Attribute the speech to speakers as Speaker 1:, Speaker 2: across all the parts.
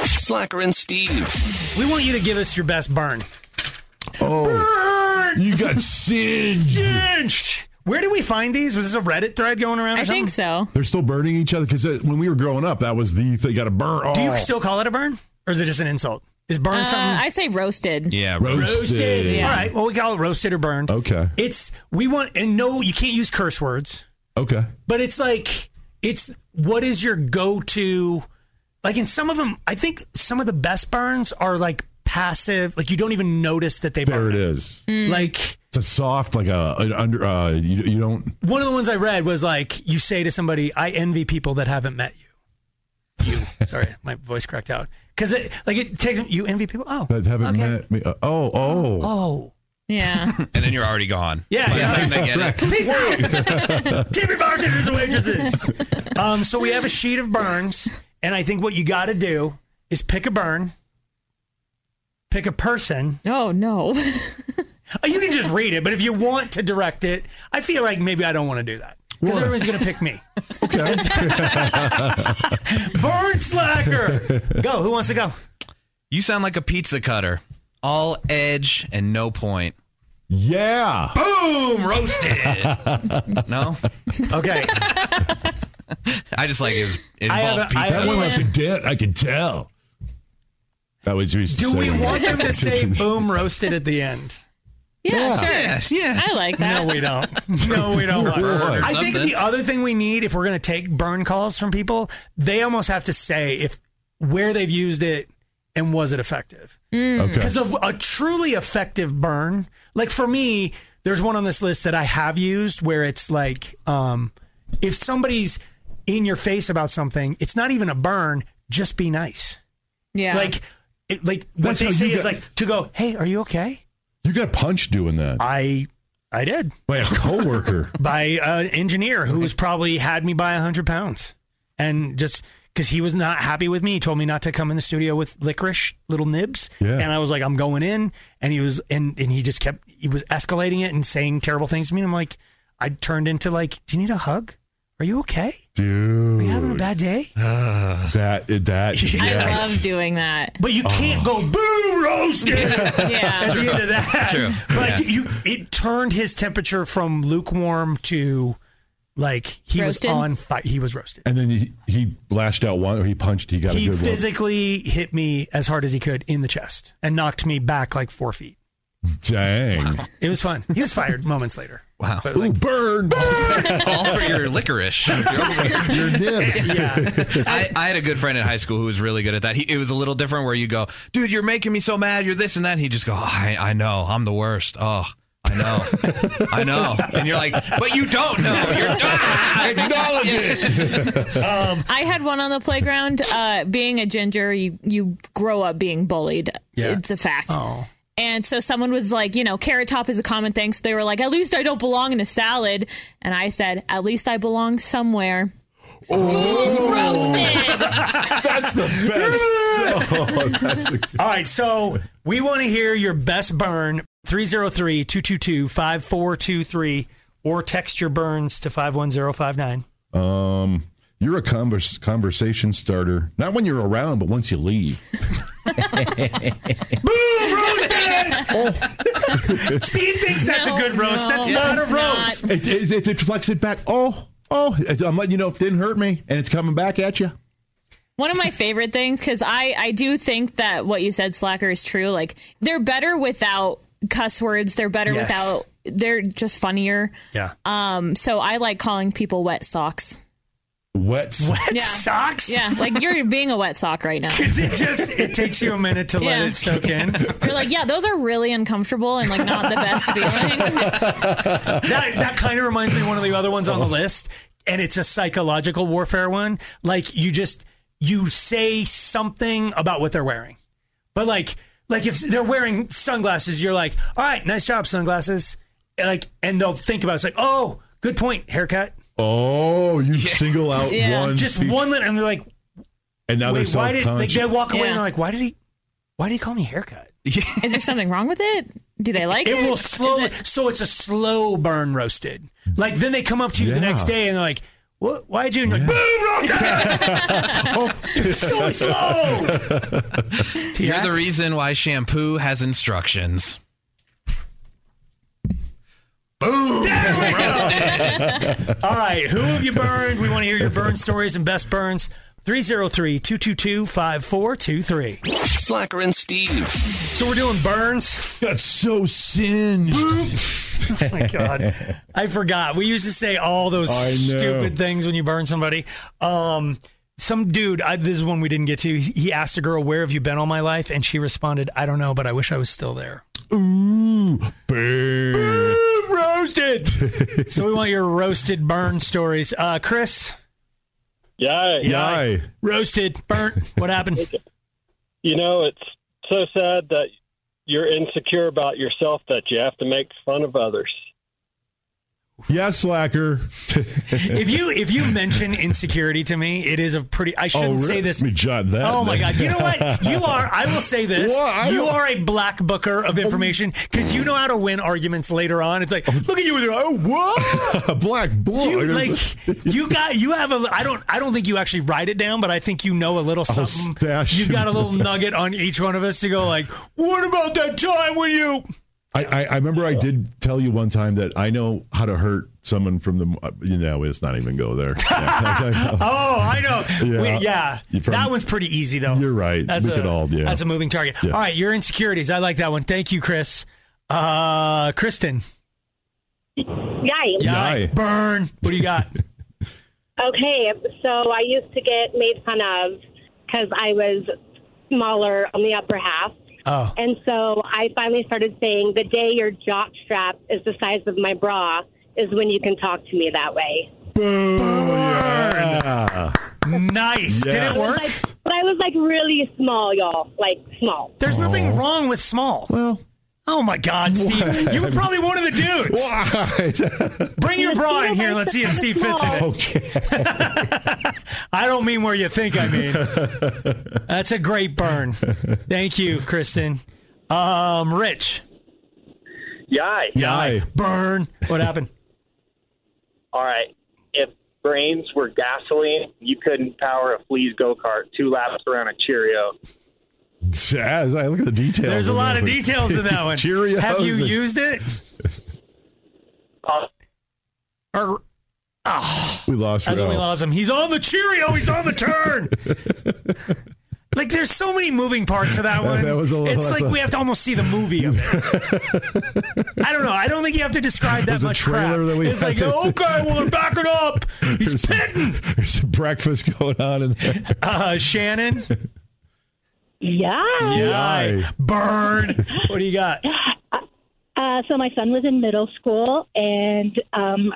Speaker 1: Slacker and Steve.
Speaker 2: We want you to give us your best burn.
Speaker 3: Oh, you got singed.
Speaker 2: Pinched. Where do we find these? Was this a Reddit thread going around? Or
Speaker 4: I think so.
Speaker 3: They're still burning each other because when we were growing up, that was the thing. You got to burn. Oh.
Speaker 2: Do you still call it a burn, or is it just an insult? Is burn
Speaker 4: Uh,
Speaker 2: something
Speaker 4: I say roasted.
Speaker 5: Yeah,
Speaker 3: roasted?
Speaker 4: Yeah.
Speaker 2: All right. Well, we call it roasted or burned.
Speaker 3: Okay.
Speaker 2: It's we want and no, you can't use curse words.
Speaker 3: Okay.
Speaker 2: but it's like it's what is your go-to like in some of them i think some of the best burns are like passive like you don't even notice that they
Speaker 3: There
Speaker 2: burn
Speaker 3: it is.
Speaker 2: Mm. like
Speaker 3: It's a soft, like a an under. Uh, you, you don't.
Speaker 2: one of the ones i read was like you say to somebody i envy people that haven't met you you sorry my voice cracked out because it like it takes you envy people oh
Speaker 3: That haven't
Speaker 2: okay.
Speaker 3: met me. Uh, oh, oh,
Speaker 2: oh
Speaker 4: Yeah.
Speaker 5: and then you're already gone.
Speaker 2: yeah, yeah.
Speaker 5: Like, they get it.
Speaker 2: Peace out. Tip your bartenders and waitresses. Um, so we have a sheet of burns, and I think what you got to do is pick a burn, pick a person.
Speaker 4: Oh no.
Speaker 2: Oh, You can just read it, but if you want to direct it, I feel like maybe I don't want to do that because
Speaker 3: Why?
Speaker 2: everyone's going to pick me.
Speaker 3: Okay.
Speaker 2: Burn slacker. Go. Who wants to go?
Speaker 5: You sound like a pizza cutter, all edge and no point.
Speaker 3: yeah.
Speaker 5: Boom, roasted. no,
Speaker 2: Okay.
Speaker 5: I just like it, was, it
Speaker 2: I have
Speaker 5: involved
Speaker 2: a- I
Speaker 5: pizza.
Speaker 3: That one
Speaker 2: Yeah.
Speaker 3: was a dent. I could tell. That was used.
Speaker 2: Do we want them to say boom roasted at the end?
Speaker 4: Yeah,
Speaker 3: Yeah.
Speaker 4: sure.
Speaker 5: yeah.
Speaker 4: I like that.
Speaker 2: No, we don't. No, we don't. want
Speaker 3: Or
Speaker 2: I think
Speaker 5: something.
Speaker 2: the other thing we need, if we're going to take burn calls from people, they almost have to say if where they've used it and was it effective.
Speaker 3: Okay.
Speaker 2: Because of a truly effective burn, like for me, there's one on this list that I have used where it's like, um, if somebody's in your face about something, it's not even a burn. Just be nice.
Speaker 4: Yeah.
Speaker 2: Like, it, like what
Speaker 3: That's
Speaker 2: they
Speaker 3: how
Speaker 2: say
Speaker 3: you
Speaker 2: is
Speaker 3: got-
Speaker 2: like to go, hey, are you okay?
Speaker 3: You got punched doing that
Speaker 2: I, I did.
Speaker 3: by a coworker.
Speaker 2: by an engineer who was probably had me by 100 pounds and just because he was not happy with me he told me not to come in the studio with licorice little nibs
Speaker 3: Yeah.
Speaker 2: and i was like i'm going in and he was and, and he just kept he was escalating it and saying terrible things to me and i'm like i turned into like do you need a hug are you okay
Speaker 3: Dude,
Speaker 2: are you having a bad day
Speaker 3: that that
Speaker 4: I
Speaker 3: yes.
Speaker 4: love doing that.
Speaker 2: but you can't go boom roasted at
Speaker 4: Yeah.
Speaker 2: the end of that.
Speaker 5: True.
Speaker 2: But
Speaker 5: Yeah.
Speaker 2: you, it turned his temperature from lukewarm to like he
Speaker 4: Roasted?
Speaker 2: was on fire. He was roasted.
Speaker 3: And then he, he lashed out one, or he punched. He got a
Speaker 2: He
Speaker 3: good
Speaker 2: physically hit me as hard as he could in the chest and knocked me back like four feet.
Speaker 3: one. Dang!
Speaker 2: It was fun. He was fired moments later.
Speaker 5: Wow.
Speaker 2: But
Speaker 3: Ooh,
Speaker 2: like,
Speaker 3: burn!
Speaker 5: all for your licorice.
Speaker 3: Your nib.
Speaker 2: yeah.
Speaker 5: I, I had a good friend in high school who was really good at that. He, it was a little different where you go, dude, you're making me so mad. You're this and that. And he'd just go, "Oh, I, I know. I'm the worst. Oh, I know. I know. And you're like, but you don't know. You're ah, acknowledge it.
Speaker 4: I had one on the playground. Uh, being a ginger, you you grow up being bullied.
Speaker 2: Yeah.
Speaker 4: It's a fact.
Speaker 2: Oh.
Speaker 4: And so someone was like, you know, carrot top is a common thing. So they were like, at least I don't belong in a salad. And I said, at least I belong somewhere. Roasted.
Speaker 3: That's the best. Oh, that's a,
Speaker 2: All right. So we want to hear your best burn 303 222 5423 or text your burns to 51059.
Speaker 3: um, you're a convers- conversation starter. Not when you're around, but once you leave.
Speaker 2: Steve thinks that's
Speaker 4: No,
Speaker 2: a good roast.
Speaker 4: no,
Speaker 2: that's not a
Speaker 4: it's not.
Speaker 2: roast.
Speaker 3: It, it, it, it flex it back. Oh, oh! I'm letting you know it didn't hurt me, and it's coming back at you.
Speaker 4: One of my favorite things, because I, I do think that what you said, Slacker, is true. Like, they're better without cuss words, they're better
Speaker 2: Yes.
Speaker 4: without, they're just funnier.
Speaker 2: Yeah.
Speaker 4: Um, so I like calling people wet socks.
Speaker 3: Wet.
Speaker 2: Wet
Speaker 4: Yeah.
Speaker 2: socks?
Speaker 4: Yeah, like you're being a wet sock right now.
Speaker 2: Is it just, it takes you a minute to
Speaker 4: Yeah.
Speaker 2: let it soak in?
Speaker 4: You're like, yeah, those are really uncomfortable and like not the best feeling.
Speaker 2: that that kind of reminds me of one of the other ones on the list, and it's a psychological warfare one. Like you just you say something about what they're wearing, but like like if they're wearing sunglasses, you're like, all right, nice job, sunglasses. And, Like, and they'll think about it. it's like, oh, good point, haircut.
Speaker 3: Oh, you single out
Speaker 4: Yeah.
Speaker 3: one.
Speaker 2: Just
Speaker 3: feature-
Speaker 2: one, lit- and they're like,
Speaker 3: And now they're
Speaker 2: wait, why did like
Speaker 3: self-conscious.
Speaker 2: they walk away
Speaker 4: Yeah.
Speaker 2: and they're like, why did he, why did he call me haircut?
Speaker 4: Is there something wrong with it? Do they like it?
Speaker 2: It will
Speaker 4: Is
Speaker 2: slowly.
Speaker 4: it-
Speaker 2: So it's a slow burn roasted. Like then they come up to you
Speaker 3: Yeah.
Speaker 2: the next day and they're like, What, why'd you? And you're like, boom, wrong
Speaker 5: Oh.
Speaker 2: guy. so slow.
Speaker 5: You're
Speaker 2: T-Rex?
Speaker 5: the reason why shampoo has instructions. Boom!
Speaker 2: All right, who have you burned? We want to hear your burn stories and best burns. 303 222 5423.
Speaker 1: Slacker and Steve.
Speaker 2: So we're doing burns.
Speaker 3: Got so singed.
Speaker 2: Oh my god, I forgot. We used to say all those
Speaker 3: I know.
Speaker 2: stupid things when you burn somebody. Um, some dude, I, this is one we didn't get to. He- He asked a girl, "Where have you been all my life?" And she responded, "I don't know, but I wish I was still there."
Speaker 3: Ooh, burn.
Speaker 2: Roasted. so we want your roasted burn stories, uh, Chris.
Speaker 6: Yeah,
Speaker 3: Yay.
Speaker 2: Roasted, burnt. What happened?
Speaker 6: You know, it's so sad that you're insecure about yourself that you have to make fun of others.
Speaker 3: Yeah, slacker.
Speaker 2: If you if you mention insecurity to me, it is a pretty. I shouldn't say
Speaker 3: Oh, really?
Speaker 2: this.
Speaker 3: Let me jot that.
Speaker 2: Oh my
Speaker 3: down.
Speaker 2: God! You know what? You are. I will say this.
Speaker 3: Well, I
Speaker 2: you
Speaker 3: don't-
Speaker 2: are a black booker of information because you know how to win arguments later on. It's like, look at you with your oh what?
Speaker 3: Black boy.
Speaker 2: You like you got you have a. I don't. I don't think you actually write it down, but I think you know a little something.
Speaker 3: stash
Speaker 2: You've got a
Speaker 3: it.
Speaker 2: little nugget on each one of us to go like, what about that time when you?
Speaker 3: I, I, I remember I did tell you one time that I know how to hurt someone from the. uh, You know, let's not even go there.
Speaker 2: Oh, I know.
Speaker 3: Yeah.
Speaker 2: We- Yeah,
Speaker 3: You probably-
Speaker 2: that one's pretty easy though.
Speaker 3: You're right.
Speaker 2: That's
Speaker 3: We
Speaker 2: a,
Speaker 3: could all- yeah.
Speaker 2: That's a moving target.
Speaker 3: Yeah.
Speaker 2: All right, your insecurities. I like that one. Thank you, Chris. Uh, Kristen.
Speaker 7: Yikes.
Speaker 2: Yeah.
Speaker 3: Yay.
Speaker 2: Burn. What do you got?
Speaker 7: Okay, so I used to get made fun of because I was smaller on the upper half.
Speaker 2: Oh.
Speaker 7: And so I finally started saying, the day your jock strap is the size of my bra is when you can talk to me that way.
Speaker 3: Boom. Yeah.
Speaker 2: Nice. Did
Speaker 3: Yes.
Speaker 2: it work?
Speaker 7: Like, but I was like really small, y'all. Like small.
Speaker 2: There's nothing wrong with small.
Speaker 3: Well,
Speaker 2: Oh my God, Steve. You were probably one of the dudes.
Speaker 3: why?
Speaker 2: Bring your bra in
Speaker 7: Yeah,
Speaker 2: here. Let's see if
Speaker 7: it's
Speaker 2: Steve fits in it.
Speaker 3: okay.
Speaker 2: I don't mean where you think I mean. That's a great burn. Thank you, Kristen. Um, Rich.
Speaker 6: Yeah.
Speaker 3: Aye.
Speaker 2: Burn. What happened?
Speaker 6: All right. If brains were gasoline, you couldn't power a flea's go kart two laps around a Cheerio.
Speaker 3: Jazz, I look at the details.
Speaker 2: There's a
Speaker 3: in
Speaker 2: lot
Speaker 3: that
Speaker 2: of
Speaker 3: one.
Speaker 2: details in that one.
Speaker 3: Cheerios
Speaker 2: Have you
Speaker 3: and-
Speaker 2: used it?
Speaker 6: Uh,
Speaker 2: Or oh.
Speaker 3: We lost.
Speaker 2: That's when we
Speaker 3: Ralph.
Speaker 2: lost him. He's on the Cheerio. He's on the turn. like there's so many moving parts to that one.
Speaker 3: that was a little-
Speaker 2: it's
Speaker 3: that's
Speaker 2: like
Speaker 3: a-
Speaker 2: we have to almost see the movie of it. I don't know. I don't think you have to describe that
Speaker 3: There's a
Speaker 2: much
Speaker 3: trailer
Speaker 2: crap.
Speaker 3: that we
Speaker 2: it's
Speaker 3: had
Speaker 2: like
Speaker 3: to-
Speaker 2: okay, well, back it up. He's
Speaker 3: There's-
Speaker 2: pitting.
Speaker 3: There's some breakfast going on in there.
Speaker 2: Uh, Shannon,
Speaker 8: Yeah.
Speaker 2: yeah, burn. What do you got?
Speaker 8: Uh, so my son was in middle school, and um,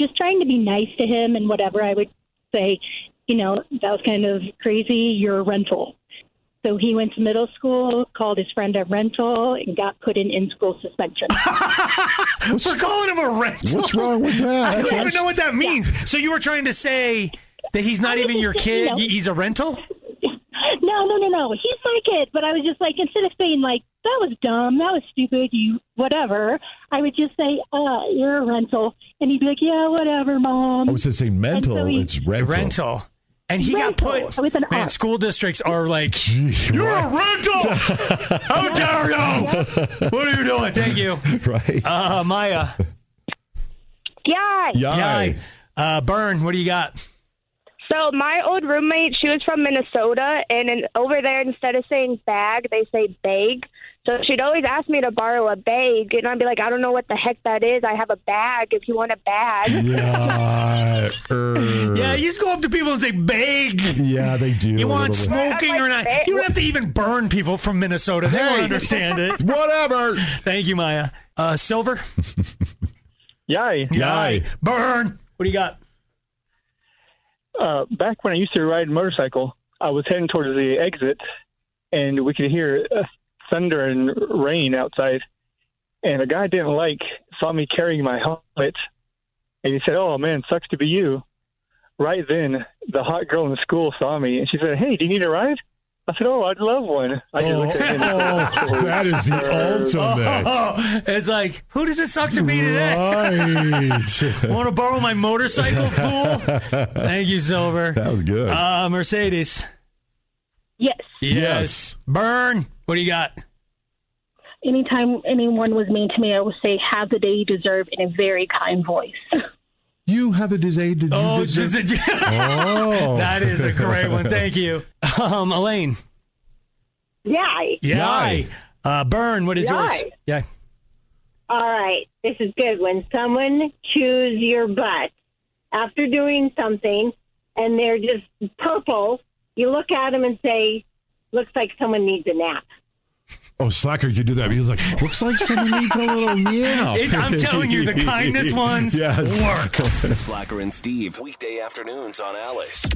Speaker 8: just trying to be nice to him and whatever, I would say, you know, that was kind of crazy. You're a rental. So he went to middle school, called his friend a rental, and got put in in school suspension.
Speaker 2: We're calling him a rental.
Speaker 3: What's wrong with that?
Speaker 2: I
Speaker 3: That's
Speaker 2: don't even
Speaker 3: actually-
Speaker 2: know what that means. So you were trying to say that he's not even your kid.
Speaker 8: No.
Speaker 2: He's a rental.
Speaker 8: no, no, no, no. He's my kid. But I was just like, instead of saying, like, that was dumb, that was stupid, you whatever, I would just say, uh, you're a rental. And he'd be like, yeah, whatever, mom.
Speaker 3: I was just saying mental.
Speaker 8: And so he-
Speaker 3: it's
Speaker 2: A
Speaker 3: rental.
Speaker 2: rental. And he
Speaker 8: Rental.
Speaker 2: got put.
Speaker 8: With an
Speaker 2: man,
Speaker 8: R.
Speaker 2: school districts are like,
Speaker 3: Gee,
Speaker 2: you're a rental. How dare you? What are you doing? Thank you,
Speaker 3: Right.
Speaker 2: uh, Maya.
Speaker 7: Yeah.
Speaker 2: Yai. Uh, Burn. What do you got?
Speaker 7: So my old roommate, she was from Minnesota, and in, over there, instead of saying bag, they say bag. So she'd always ask me to borrow a bag, and I'd be like, I don't know what the heck that is. I have a bag. If you want a bag,
Speaker 3: Yeah. er.
Speaker 2: Yeah, you just go up to people and say, "Big."
Speaker 3: Yeah, they do.
Speaker 2: You
Speaker 3: a
Speaker 2: want
Speaker 3: little bit.
Speaker 2: smoking or not? You don't have to even burn people from Minnesota. They don't understand it.
Speaker 3: Whatever.
Speaker 2: Thank you, Maya. Uh, Silver.
Speaker 6: yeah.
Speaker 2: Yai. Burn. What do you got?
Speaker 6: uh, back when I used to ride a motorcycle, I was heading towards the exit, and we could hear uh, thunder and rain outside. And a guy I didn't like saw me carrying my helmet, and he said, "Oh man, sucks to be you." Right then, the hot girl in school saw me, and she said, "Hey, do you need a ride?" I said, "Oh, I'd love one." I just
Speaker 3: Oh,
Speaker 6: looked at him.
Speaker 3: oh, that is the ultimate.
Speaker 2: Oh, it's like, who does it suck to be today?
Speaker 3: Right.
Speaker 2: Want to borrow my motorcycle, fool? Thank you, Silver.
Speaker 3: that was good.
Speaker 2: Uh, Mercedes.
Speaker 8: Yes.
Speaker 2: Yes. Burn. What do you got?
Speaker 8: Anytime anyone was mean to me, I would say, have the day you deserve in a very kind voice.
Speaker 3: you have a disease.
Speaker 2: Oh,
Speaker 3: Oh.
Speaker 2: that is a great one. Thank you. Um, Elaine.
Speaker 9: Yay.
Speaker 2: Yeah. Uh, Burn. What is yours?
Speaker 9: Yay.
Speaker 2: Yeah.
Speaker 9: All right. This is good. When someone chews your butt after doing something and they're just purple, you look at them and say, looks like someone needs a nap.
Speaker 3: Oh, Slacker could do that. He was like, looks like someone needs a little meow.
Speaker 2: It- I'm telling you, the kindness ones
Speaker 3: yes.
Speaker 1: Slacker and Steve, weekday afternoons on Alice.